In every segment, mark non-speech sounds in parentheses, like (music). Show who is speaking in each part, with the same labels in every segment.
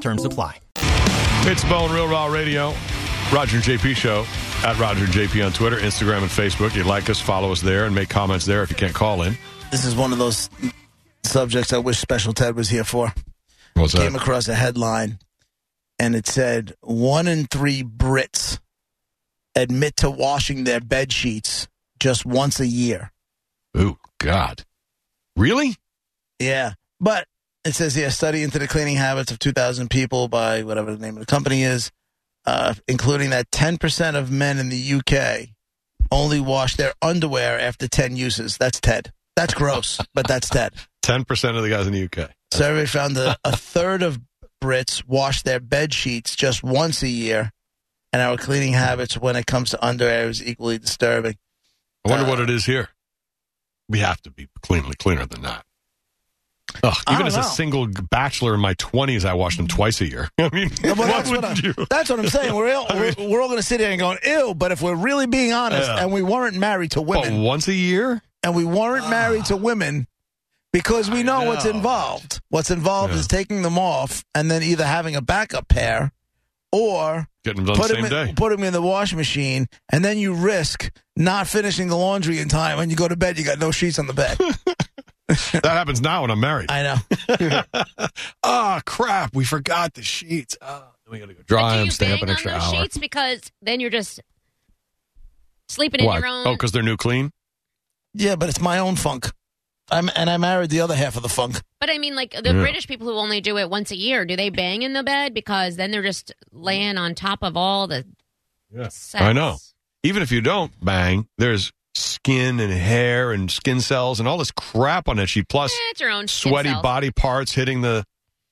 Speaker 1: Terms apply.
Speaker 2: Pittsbone Real Raw Radio, Roger and JP Show at Roger and JP on Twitter, Instagram, and Facebook. You like us, follow us there, and make comments there if you can't call in.
Speaker 3: This is one of those subjects I wish Special Ted was here for.
Speaker 2: What's
Speaker 3: Came across a headline, and it said one in three Brits admit to washing their bed sheets just once a year.
Speaker 2: Ooh, God, really?
Speaker 3: Yeah, but it says here study into the cleaning habits of 2,000 people by whatever the name of the company is, uh, including that 10% of men in the UK only wash their underwear after 10 uses. That's Ted. That's gross, but that's Ted.
Speaker 2: Ten percent of the guys in the UK.
Speaker 3: Survey found that a third of Brits wash their bed sheets just once a year, and our cleaning habits when it comes to underwear is equally (laughs) disturbing.
Speaker 2: I wonder
Speaker 3: Uh,
Speaker 2: what it is here. We have to be cleanly cleaner than that. Ugh,
Speaker 3: I
Speaker 2: even
Speaker 3: don't
Speaker 2: as a
Speaker 3: know.
Speaker 2: single bachelor in my twenties, I washed them twice a year. (laughs) I mean,
Speaker 3: No, but
Speaker 2: what
Speaker 3: that's,
Speaker 2: would
Speaker 3: what I,
Speaker 2: you?
Speaker 3: that's what I'm saying. We're all,
Speaker 2: (laughs) I mean-
Speaker 3: we're, we're all going to sit here and going, ew, but if we're really being honest,
Speaker 2: Yeah.
Speaker 3: and we weren't married to
Speaker 2: What,
Speaker 3: women,
Speaker 2: once a year?
Speaker 3: and we weren't married to women because we
Speaker 2: I
Speaker 3: know, what's
Speaker 2: know.
Speaker 3: involved. What's involved
Speaker 2: Yeah.
Speaker 3: is taking them off and then either having a backup pair or
Speaker 2: Getting them done
Speaker 3: put
Speaker 2: the
Speaker 3: them,
Speaker 2: same day.
Speaker 3: in, put 'em in the washing machine, and then you risk not finishing the laundry in time. When you go to bed, you got no sheets on
Speaker 2: (laughs)
Speaker 3: the bed.
Speaker 2: that happens now when I'm married.
Speaker 3: I know.
Speaker 2: (laughs) Ah, crap! We forgot the sheets. Ah, then we gotta go dry
Speaker 4: do
Speaker 2: them,
Speaker 4: you
Speaker 2: stay
Speaker 4: bang
Speaker 2: up an extra
Speaker 4: on those
Speaker 2: hour.
Speaker 4: sheets because then you're just sleeping in
Speaker 2: Why?
Speaker 4: your own.
Speaker 2: Oh, because they're new clean.
Speaker 3: Yeah, but it's my own funk. I'm and I married the other half of the funk.
Speaker 4: but I mean, like the
Speaker 2: Yeah.
Speaker 4: British people who only do it once a year, do they bang in the bed because then they're just laying on top of all the.
Speaker 2: Yeah.
Speaker 4: sex?
Speaker 2: I know. Even if you don't bang, there's skin and hair and skin cells and all this crap on that sheet.
Speaker 4: Eh,
Speaker 2: Plus,
Speaker 4: it's your own skin
Speaker 2: sweaty
Speaker 4: cells.
Speaker 2: body parts hitting the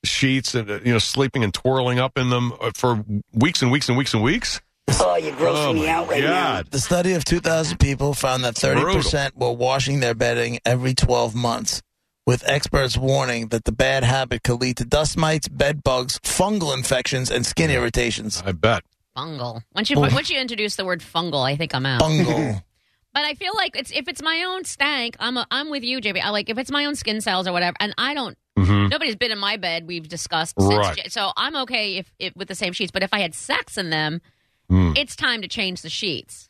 Speaker 2: sheets and uh, you know sleeping and twirling up in them uh, for weeks and weeks and weeks and weeks.
Speaker 5: Oh, you're grossing
Speaker 2: oh
Speaker 5: me
Speaker 2: my
Speaker 5: out right now.
Speaker 2: God!
Speaker 3: The study of 2,000 people found that 30 percent were washing their bedding every 12 months, with experts warning that the bad habit could lead to dust mites, bed bugs, fungal infections, and skin irritations.
Speaker 2: I bet.
Speaker 4: Fungal. Once
Speaker 2: Oh.
Speaker 4: you once you introduce the word fungal, I think I'm out.
Speaker 3: Fungal.
Speaker 2: (laughs)
Speaker 4: But I feel like it's if it's my own stank, I'm a, I'm with you, JB. I like if it's my own skin cells or whatever, and I don't. (laughs)
Speaker 2: hmm
Speaker 4: Nobody's been in my bed. We've discussed
Speaker 2: Right.
Speaker 4: since, J- so I'm okay if, if with the same sheets. But if I had sex in them,
Speaker 2: Hmm.
Speaker 4: it's time to change the sheets.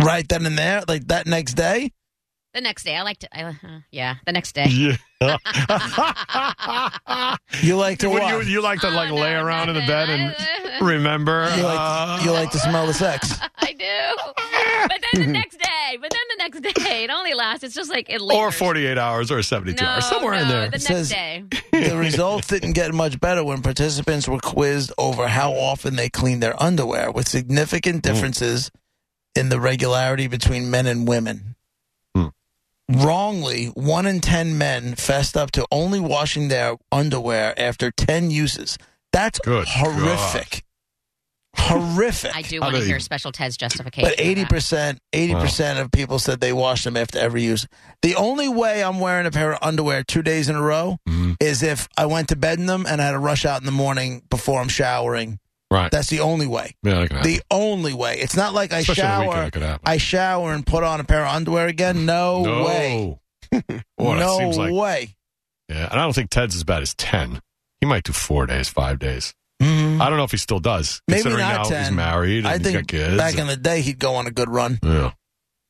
Speaker 3: right then and there, like that next day.
Speaker 4: The next day, I like to. I, uh, yeah, the
Speaker 2: (laughs)
Speaker 4: next day.
Speaker 2: Yeah.
Speaker 3: You like to
Speaker 2: Wouldn't
Speaker 3: what?
Speaker 2: you, you like to
Speaker 4: Oh,
Speaker 2: like
Speaker 4: no,
Speaker 2: lay around in the bed and
Speaker 4: nothing.
Speaker 2: remember.
Speaker 3: You
Speaker 2: uh,
Speaker 3: like, you like to smell the sex.
Speaker 4: I do. But then the next day. But then the next day. It only lasts. It's just like it. Lingers.
Speaker 2: Mm-hmm. or 48 hours or 72
Speaker 4: No,
Speaker 2: hours somewhere in
Speaker 4: no,
Speaker 2: there
Speaker 4: The next
Speaker 3: Says-
Speaker 4: day.
Speaker 3: the results didn't get much better when participants were quizzed over how often they cleaned their underwear, with significant differences in the regularity between men and women.
Speaker 2: Hmm.
Speaker 3: Wrongly, one in 10 men fessed up to only washing their underwear after 10 uses. That's
Speaker 2: Good
Speaker 3: horrific. Horrific.
Speaker 4: I
Speaker 2: (laughs)
Speaker 4: do
Speaker 2: How
Speaker 4: want to
Speaker 2: do
Speaker 4: hear
Speaker 2: you-
Speaker 4: special Ted's justification.
Speaker 3: But
Speaker 4: for that.
Speaker 3: eighty percent, eighty percent of people said they wash them after every use. The only way I'm wearing a pair of underwear two days in a row
Speaker 2: Mhm.
Speaker 3: is if I went to bed in them and I had to rush out in the morning before I'm showering.
Speaker 2: right
Speaker 3: That's the only way.
Speaker 2: yeah that can happen.
Speaker 3: The only way. It's not like I
Speaker 2: Especially on the weekend,
Speaker 3: shower.
Speaker 2: it could happen.
Speaker 3: I shower and put on a pair of underwear again. No,
Speaker 2: no
Speaker 3: way.
Speaker 2: (laughs) Boy,
Speaker 3: no
Speaker 2: it seems like
Speaker 3: way.
Speaker 2: yeah and i don't think ted's as bad as 10 he might do four days five days
Speaker 3: Mhm.
Speaker 2: i don't know if he still does
Speaker 3: Maybe
Speaker 2: considering
Speaker 3: not
Speaker 2: now
Speaker 3: 10.
Speaker 2: he's married and
Speaker 3: I
Speaker 2: he's
Speaker 3: think
Speaker 2: got kids
Speaker 3: back in the day he'd go on a good run.
Speaker 2: yeah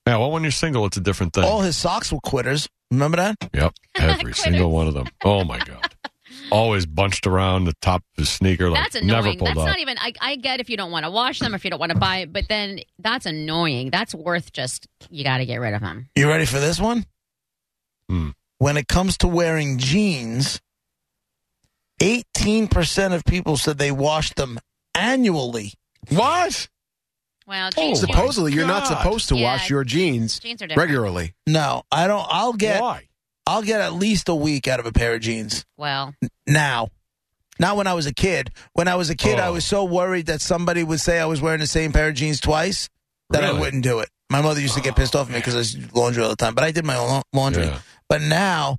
Speaker 2: yeah well when you're single it's a different thing
Speaker 3: All his socks were quitters. Remember that? (laughs)
Speaker 2: yep every
Speaker 4: Quitters.
Speaker 2: single one of them oh my god always bunched around the top of his sneaker like
Speaker 4: that's annoying.
Speaker 2: never pulled
Speaker 4: that's
Speaker 2: off
Speaker 4: not even. I, I get if you don't want to wash them, or if you don't want to buy it, but then that's annoying. That's worth just you got to get rid of them.
Speaker 3: You ready for this one?
Speaker 2: Hmm.
Speaker 3: When it comes to wearing jeans, 18% of people said they washed them annually.
Speaker 6: What?
Speaker 4: Well,
Speaker 2: Oh,
Speaker 4: jeans,
Speaker 2: suppose-
Speaker 6: Supposedly, you're not
Speaker 2: God.
Speaker 6: supposed to
Speaker 4: Yeah.
Speaker 6: wash your jeans
Speaker 4: jeans are different.
Speaker 6: regularly.
Speaker 3: No, I don't I'll get
Speaker 2: why
Speaker 3: I'll get at least a week out of a pair of jeans
Speaker 4: Well,
Speaker 3: now. Not when I was a kid. When I was a kid, I
Speaker 2: Oh.
Speaker 3: was so worried that somebody would say I was wearing the same pair of jeans twice that
Speaker 2: Really?
Speaker 3: I wouldn't do it. My mother used to get pissed off at me
Speaker 6: Oh,
Speaker 3: because I used to do laundry all the time, but I did my own laun- laundry.
Speaker 2: Yeah.
Speaker 3: But now,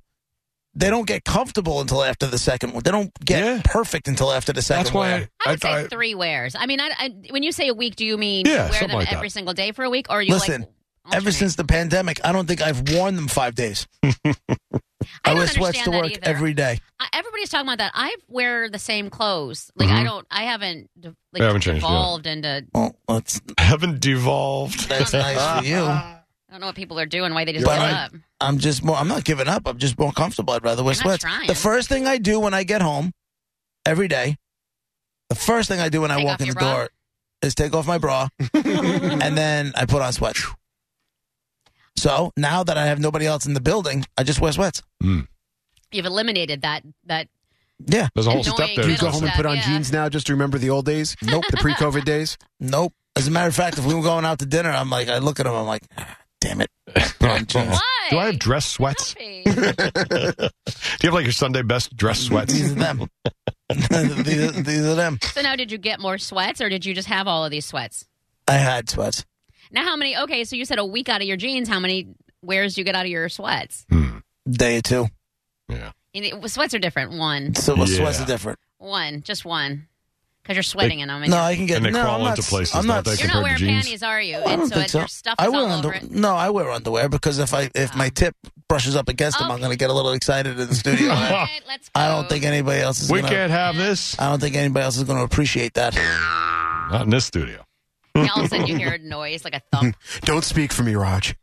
Speaker 3: they don't get comfortable until after the second one. They don't get
Speaker 2: Yeah.
Speaker 3: perfect until after the second
Speaker 2: That's why
Speaker 3: wear.
Speaker 2: I,
Speaker 4: I would
Speaker 2: I-
Speaker 4: say three wears. I mean, I, I, when you say a week, do you mean
Speaker 2: Yeah,
Speaker 4: you wear
Speaker 2: something
Speaker 4: them
Speaker 2: like that.
Speaker 4: every single day for a week, or are you
Speaker 3: Listen,
Speaker 4: like
Speaker 3: Ever
Speaker 4: alternate?
Speaker 3: since the pandemic, I don't think I've worn them five
Speaker 4: (laughs)
Speaker 3: days.
Speaker 4: I
Speaker 3: I
Speaker 4: don't
Speaker 3: wear sweats to
Speaker 4: understand that
Speaker 3: work
Speaker 4: either.
Speaker 3: every day.
Speaker 4: I- everybody's talking about that? I wear the same clothes. Like I
Speaker 2: Mhm.
Speaker 4: don't. I haven't. de- Like,
Speaker 2: I haven't changed, yeah.
Speaker 4: Evolved into.
Speaker 3: Well, that's,
Speaker 2: haven't devolved.
Speaker 3: that's nice for you.
Speaker 4: (laughs) I don't know what people are doing. Why they just
Speaker 3: But
Speaker 4: give
Speaker 3: I-
Speaker 4: up?
Speaker 3: I'm just more. I'm not giving up. I'm just more comfortable. I'd rather wear
Speaker 4: You're not
Speaker 3: sweats.
Speaker 4: trying.
Speaker 3: The first thing I do when I get home, every day, the first thing I do when I
Speaker 4: Take
Speaker 3: walk
Speaker 4: off
Speaker 3: in the
Speaker 4: your bra?
Speaker 3: door is take off my
Speaker 4: (laughs)
Speaker 3: bra, and then I put on sweats. So now that I have nobody else in the building, I just wear sweats.
Speaker 4: You've eliminated that. That
Speaker 3: Yeah.
Speaker 2: There's a whole
Speaker 4: Annoying
Speaker 2: step there.
Speaker 5: Do you
Speaker 4: middle
Speaker 5: go home and
Speaker 4: step,
Speaker 5: put on
Speaker 4: yeah.
Speaker 5: jeans now just to remember the old days? Nope. The pre COVID (laughs) days?
Speaker 3: Nope. As a matter of fact, if we were going out to dinner, I'm like, I look at him, I'm like, "Ah, damn it. Put
Speaker 2: (laughs)
Speaker 3: on jeans.
Speaker 4: why?
Speaker 2: Do I have dress sweats? (laughs) Do you have like your Sunday best dress
Speaker 3: Mm-hmm.
Speaker 2: sweats?
Speaker 3: These are them. (laughs) these, are- these are them.
Speaker 4: so now, did you get more sweats, or did you just have all of these sweats?
Speaker 3: I had sweats.
Speaker 4: Now, how many? Okay, so you said a week out of your jeans. How many wears do you get out of your sweats?
Speaker 2: Hmm.
Speaker 3: Day or two.
Speaker 2: Yeah.
Speaker 4: And it- sweats are different. One,
Speaker 3: So
Speaker 2: Yeah.
Speaker 3: sweats are different.
Speaker 4: one, just one, because you're sweating in them. and
Speaker 3: No,
Speaker 4: you're-
Speaker 3: I can get.
Speaker 2: And they
Speaker 3: no,
Speaker 2: crawl
Speaker 3: I'm not,
Speaker 2: into places,
Speaker 3: I'm not.
Speaker 2: don't they,
Speaker 4: you're
Speaker 2: compared
Speaker 4: not
Speaker 2: to
Speaker 4: wearing
Speaker 2: jeans.
Speaker 4: panties, are you?
Speaker 3: I
Speaker 4: and
Speaker 3: don't
Speaker 4: so
Speaker 3: think
Speaker 4: it-
Speaker 3: so.
Speaker 4: your stuff is
Speaker 3: I wear
Speaker 4: all
Speaker 3: under- (laughs)
Speaker 4: over it. Oh.
Speaker 3: No, I wear underwear because if I if my tip brushes up against them, I'm
Speaker 4: Okay.
Speaker 3: going to get a little excited in
Speaker 2: (laughs)
Speaker 3: the studio.
Speaker 4: All
Speaker 3: I,
Speaker 4: right, let's
Speaker 3: I
Speaker 4: go.
Speaker 3: don't think anybody else is.
Speaker 2: We
Speaker 3: gonna,
Speaker 2: can't have this.
Speaker 3: I don't think anybody else is going to
Speaker 2: (laughs)
Speaker 3: appreciate that.
Speaker 2: Not in this studio.
Speaker 4: And all of a sudden you hear a noise like a
Speaker 3: (laughs)
Speaker 4: thump.
Speaker 5: Don't speak for me, Raj.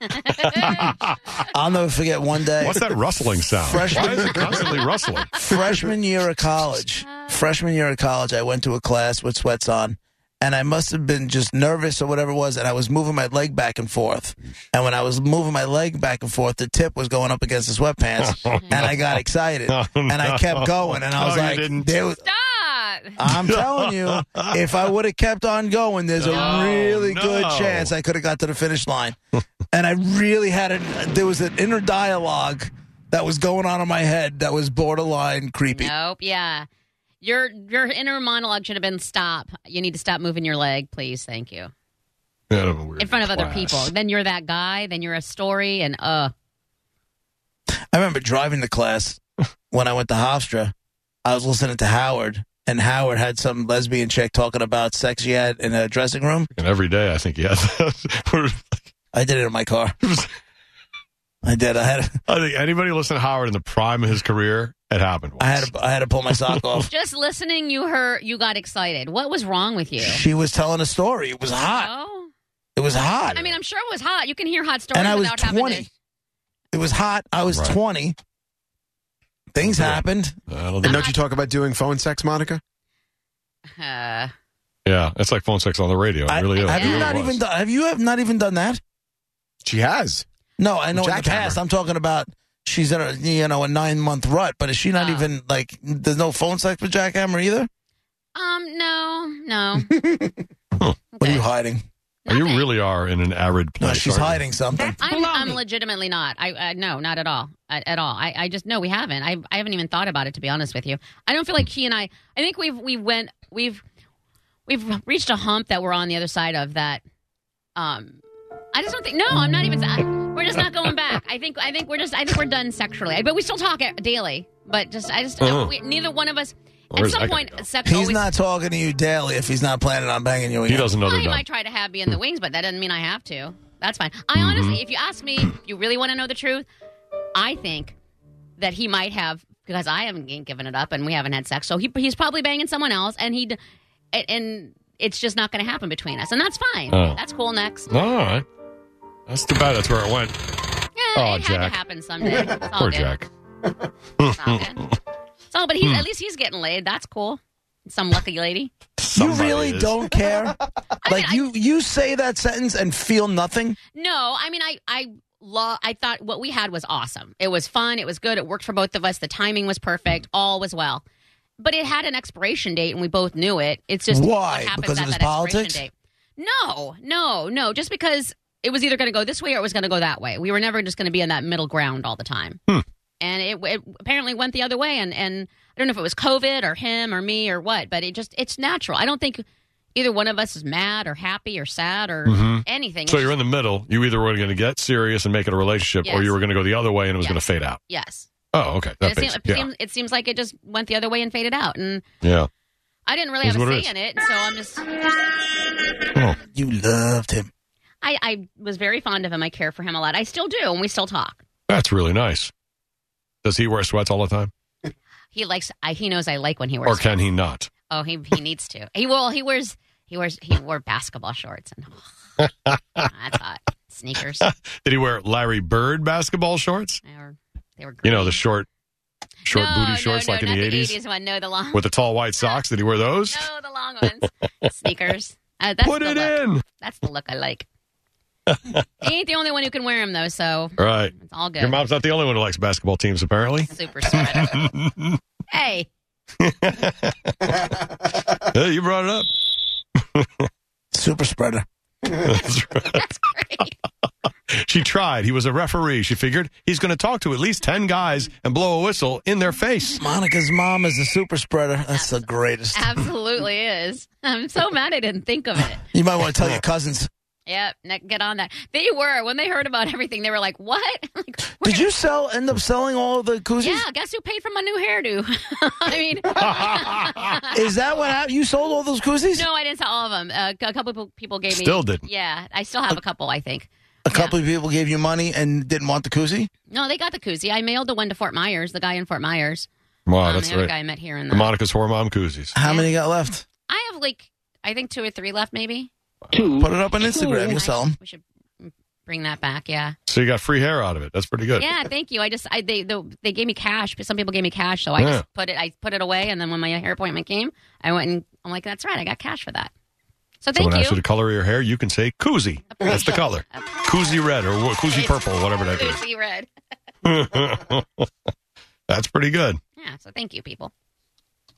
Speaker 3: I'll never forget one day.
Speaker 2: What's that rustling sound?
Speaker 3: Freshman-
Speaker 2: Why is it constantly rustling?
Speaker 3: freshman year of college. Freshman year of college, I went to a class with sweats on, and I must have been just nervous or whatever it was, and I was moving my leg back and forth. And when I was moving my leg back and forth, the tip was going up against the
Speaker 2: (laughs)
Speaker 3: sweatpants, and I got excited,
Speaker 2: Oh,
Speaker 3: and I kept going, and I
Speaker 2: No,
Speaker 3: was
Speaker 2: you
Speaker 3: like,
Speaker 2: didn't.
Speaker 3: there was,
Speaker 4: Stop.
Speaker 3: I'm telling you, if I would have kept on going, there's a
Speaker 2: No,
Speaker 3: really
Speaker 2: no.
Speaker 3: good chance I could have got to the finish
Speaker 2: (laughs)
Speaker 3: line. and I really had a there was an inner dialogue that was going on in my head that was borderline creepy.
Speaker 4: Nope. Yeah. Your your inner monologue should have been stop. You need to stop moving your leg, please. Thank you.
Speaker 2: Yeah, we were
Speaker 4: In front of other
Speaker 2: class.
Speaker 4: people. Then you're that guy. Then you're a story. And uh,
Speaker 3: I remember driving to class when I went to Hofstra. I was listening to Howard, and Howard had some lesbian chick talking about sex she had in a dressing room.
Speaker 2: And every day, I think he has. (laughs) We're-
Speaker 3: I did it in my
Speaker 4: (laughs)
Speaker 3: car. I did. I had.
Speaker 2: I think anybody listen to Howard in the prime of his career, it happened. Once.
Speaker 3: I had. I had to pull my sock off.
Speaker 4: (laughs) just listening, you heard you got excited. What was wrong with you?
Speaker 3: She was telling a story. It was hot.
Speaker 4: Oh,
Speaker 3: It was hot.
Speaker 4: I mean, I'm sure it was hot. You can hear hot stories
Speaker 3: and I was
Speaker 4: without having
Speaker 3: 20.
Speaker 4: to.
Speaker 3: It was hot. I was
Speaker 2: Right.
Speaker 3: 20. Things
Speaker 2: Yeah.
Speaker 3: happened.
Speaker 2: I don't
Speaker 5: And
Speaker 2: think-
Speaker 5: don't you talk about doing phone sex, Monica?
Speaker 4: (laughs) Uh,
Speaker 2: yeah, it's like phone sex on the radio. It really
Speaker 3: I,
Speaker 2: is.
Speaker 3: have
Speaker 2: It
Speaker 3: you
Speaker 2: really
Speaker 3: not
Speaker 2: was.
Speaker 3: even done, have you have not even done that?
Speaker 5: She has.
Speaker 3: No, I know in the
Speaker 5: Jackhammer.
Speaker 3: past. I'm talking about she's in a you know a nine month rut, but is she not
Speaker 4: Oh.
Speaker 3: even like there's no phone sex with Jackhammer either?
Speaker 4: um, no,
Speaker 2: (laughs)
Speaker 4: no.
Speaker 3: What are
Speaker 4: Okay.
Speaker 3: you hiding?
Speaker 2: Oh, you
Speaker 4: Nothing.
Speaker 2: really are in an arid
Speaker 3: No,
Speaker 2: place.
Speaker 3: she's
Speaker 2: aren't you?
Speaker 3: hiding something.
Speaker 4: I'm, I'm legitimately not. I uh, no, not at all, at, at all. I, I just no, we haven't. I, I haven't even thought about it to be honest with you. I don't feel like he and I. I think we've we went we've we've reached a hump that we're on the other side of that. Um, I just don't think. No, I'm not even. I, we're just not going back. I think I think we're just I think we're done sexually. But we still talk uh, daily. But just I just
Speaker 2: Uh-huh.
Speaker 4: we, neither one of us.
Speaker 2: Where
Speaker 4: at
Speaker 2: is that
Speaker 4: some
Speaker 2: gonna
Speaker 4: point,
Speaker 2: go?
Speaker 4: sex
Speaker 3: He's
Speaker 4: always.
Speaker 3: not talking to you daily if he's not planning on banging you
Speaker 2: He
Speaker 3: again.
Speaker 2: doesn't know
Speaker 4: Well,
Speaker 2: they're
Speaker 4: he
Speaker 2: done.
Speaker 4: might try to have me in the wings, but that doesn't mean I have to. That's fine. I
Speaker 2: Mm-hmm.
Speaker 4: honestly, if you ask me, (clears throat) if you really want to know the truth, I think that he might have because I haven't g- given it up and we haven't had sex, so he he's probably banging someone else, and he and it's just not going to happen between us, and that's fine.
Speaker 2: Oh.
Speaker 4: That's cool. Next,
Speaker 2: No, all right. That's too bad. That's where it went.
Speaker 4: yeah,
Speaker 2: Oh,
Speaker 4: it had
Speaker 2: Jack.
Speaker 4: to happen someday.
Speaker 2: (laughs)
Speaker 4: It's all
Speaker 2: Poor
Speaker 4: good.
Speaker 2: Jack. Hmm.
Speaker 4: It's all good.
Speaker 2: (laughs)
Speaker 4: It's all- but he's, at least he's getting laid. That's cool. Some lucky lady.
Speaker 3: You
Speaker 2: Somebody
Speaker 3: really
Speaker 2: is.
Speaker 3: don't
Speaker 4: (laughs)
Speaker 3: care? like
Speaker 4: I-
Speaker 3: you you say that sentence and feel nothing?
Speaker 4: No, I mean, I, I love. I thought what we had was awesome. It was fun. It was good. It worked for both of us. The timing was perfect. All was well. But it had an expiration date, and we both knew it. It's just
Speaker 3: Why?
Speaker 4: What happens
Speaker 3: Because
Speaker 4: at
Speaker 3: of his
Speaker 4: that expiration
Speaker 3: politics?
Speaker 4: Date. No, no, no. Just because it was either going to go this way or it was going to go that way.
Speaker 3: Hmm.
Speaker 4: We were never just going to be in that middle ground all the time. And it, it apparently went the other way. And and I don't know if it was COVID or him or me or what, but it just it's natural. I don't think either one of us is mad or happy or sad or
Speaker 3: Mm-hmm.
Speaker 4: anything.
Speaker 2: So
Speaker 4: It's
Speaker 2: you're in the middle. You either were going to get serious and make it a relationship, or
Speaker 4: Yes.
Speaker 2: you were going to go the other way and it was
Speaker 4: Yes.
Speaker 2: going to fade out.
Speaker 4: Yes.
Speaker 2: Oh, okay.
Speaker 4: And
Speaker 2: That
Speaker 4: it, seems,
Speaker 2: makes,
Speaker 4: it,
Speaker 2: yeah,
Speaker 4: seems, it seems like it just went the other way and faded out. And
Speaker 2: yeah.
Speaker 4: I didn't really
Speaker 2: Is
Speaker 4: have a
Speaker 2: what it
Speaker 4: say
Speaker 2: is.
Speaker 4: in it. So I'm just,
Speaker 2: Oh,
Speaker 3: You loved him.
Speaker 4: I, I was very fond of him. I care for him a lot. I still do. And we still talk.
Speaker 2: that's really nice. Does he wear sweats all the time,
Speaker 4: He likes, I, he knows I like when he
Speaker 2: or
Speaker 4: wears.
Speaker 2: can he not?
Speaker 4: Oh, he, he needs to. He will, he wears, he wears, he wore basketball shorts. And oh, that's hot.
Speaker 2: (laughs)
Speaker 4: Sneakers. They
Speaker 2: Did he wear Larry Bird basketball shorts?
Speaker 4: were, they were
Speaker 2: You know
Speaker 4: green.
Speaker 2: the short, short
Speaker 4: No,
Speaker 2: booty
Speaker 4: no,
Speaker 2: shorts
Speaker 4: no,
Speaker 2: like
Speaker 4: not
Speaker 2: in the eighties
Speaker 4: 80s one. No, the long,
Speaker 2: with the tall white socks. Did he wear those?
Speaker 4: (laughs) no, the long ones. Sneakers. Uh, that's
Speaker 2: Put
Speaker 4: the
Speaker 2: it
Speaker 4: look.
Speaker 2: in.
Speaker 4: That's the look I like. he ain't the only one who can wear them though, so
Speaker 2: All right.
Speaker 4: it's all good.
Speaker 2: Your mom's not the only one who likes basketball teams,
Speaker 4: (laughs)
Speaker 2: apparently.
Speaker 4: Super spreader.
Speaker 2: (laughs)
Speaker 4: hey,
Speaker 2: Hey, you brought it up. (laughs)
Speaker 3: Super spreader.
Speaker 2: That's right. (laughs)
Speaker 4: that's great.
Speaker 2: She tried. He was a referee. She figured he's going to talk to at least 10 guys and blow a whistle in their face.
Speaker 3: Monica's mom is a super spreader. That's the greatest.
Speaker 4: Absolutely is. I'm so mad I didn't think of it.
Speaker 3: You might want to tell your cousins.
Speaker 4: Yep, ne- get on that. They were when they heard about everything. They were like, "What? (laughs) like,
Speaker 3: Did
Speaker 4: where-
Speaker 3: you sell? End up selling all the koozies?
Speaker 4: Yeah, guess who paid for my new hairdo? (laughs)
Speaker 2: (laughs)
Speaker 4: I mean, no,
Speaker 3: Is that what happened? You sold all those koozies?
Speaker 4: I didn't sell all of them. Uh, a couple of people gave me.
Speaker 2: Still didn't.
Speaker 4: Yeah, I still have a couple. I think.
Speaker 3: A couple of people gave you money and didn't want the koozie.
Speaker 4: No, they got the koozie. I mailed the one to Fort Myers. The guy in Fort Myers.
Speaker 2: Wow,
Speaker 4: Um,
Speaker 2: Oh, that's
Speaker 4: the other
Speaker 2: right.
Speaker 4: guy I met here in
Speaker 2: The
Speaker 4: the.
Speaker 2: Monica's whore mom koozies.
Speaker 3: How
Speaker 4: Yeah.
Speaker 3: many got left?
Speaker 4: I have like I think two or three left, maybe.
Speaker 3: Put it up on Instagram. You'll sell them.
Speaker 4: We should bring that back. Yeah.
Speaker 2: So you got free hair out of it. That's pretty good.
Speaker 4: Yeah, thank you. I just I they the, they gave me cash, but some people gave me cash, so I
Speaker 2: Yeah.
Speaker 4: just put it I put it away, and then when my hair appointment came, I went and I'm like, that's right, I got cash for that. So thank
Speaker 2: Someone asks you
Speaker 4: you.
Speaker 2: to color your hair, you can say koozie. That's the color. Koozie red or wha- koozie purple, whatever that is.
Speaker 4: Koozie red.
Speaker 2: That's pretty good.
Speaker 4: Yeah, so thank you, people.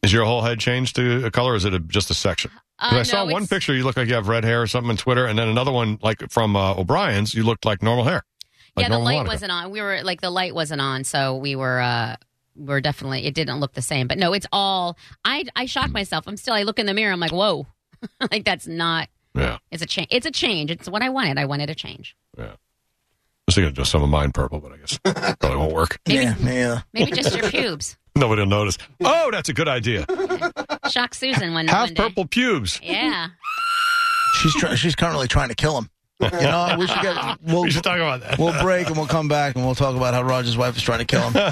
Speaker 2: Is your whole head changed to a color or is it a, just a section? 'Cause
Speaker 4: Uh,
Speaker 2: I saw
Speaker 4: no,
Speaker 2: one
Speaker 4: it's-
Speaker 2: picture, you look like you have red hair or something on Twitter, and then another one, like from uh, O'Brien's, you looked like normal hair. Like
Speaker 4: yeah, the
Speaker 2: normal
Speaker 4: light
Speaker 2: Monica.
Speaker 4: wasn't on. We were like the light wasn't on, so we were uh we are definitely it didn't look the same. But no, it's all I I shock myself. I'm still I look in the mirror, I'm like, whoa, (laughs) like that's not.
Speaker 2: Yeah.
Speaker 4: It's a change. It's a change. It's what I wanted. I wanted a change.
Speaker 2: I was thinking of some of mine purple, but I guess it probably won't work. (laughs)
Speaker 4: Maybe-
Speaker 3: Yeah, yeah.
Speaker 4: Maybe just your pubes.
Speaker 2: Nobody will
Speaker 4: (laughs)
Speaker 2: notice. Oh, that's a good idea.
Speaker 4: Shock Susan one,
Speaker 2: Half
Speaker 4: one day.
Speaker 2: purple pubes.
Speaker 4: Yeah.
Speaker 3: She's try- she's currently trying to kill him. You know, we should get we'll
Speaker 2: We should talk about that.
Speaker 3: we'll break and we'll come back and we'll talk about how Roger's wife is trying to kill him.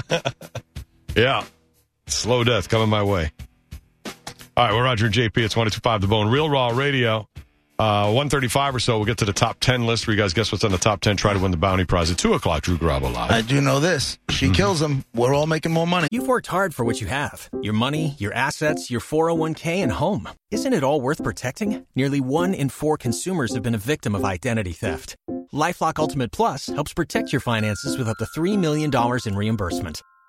Speaker 2: Yeah. Slow death coming my way. All right, we're Roger and JP at 22.5 The Bone. Real Raw Radio. Uh, 135 or so, we'll get to the top 10 list where you guys guess what's on the top 10. Try to win the bounty prize at 2 o'clock. Drew Garabo live.
Speaker 3: I do know this. She kills him. We're all making more money.
Speaker 1: You've worked hard for what you have your money, your assets, your 401k, and home. Isn't it all worth protecting? Nearly one in four consumers have been a victim of identity theft. Lifelock Ultimate Plus helps protect your finances with up to $3 million in reimbursement.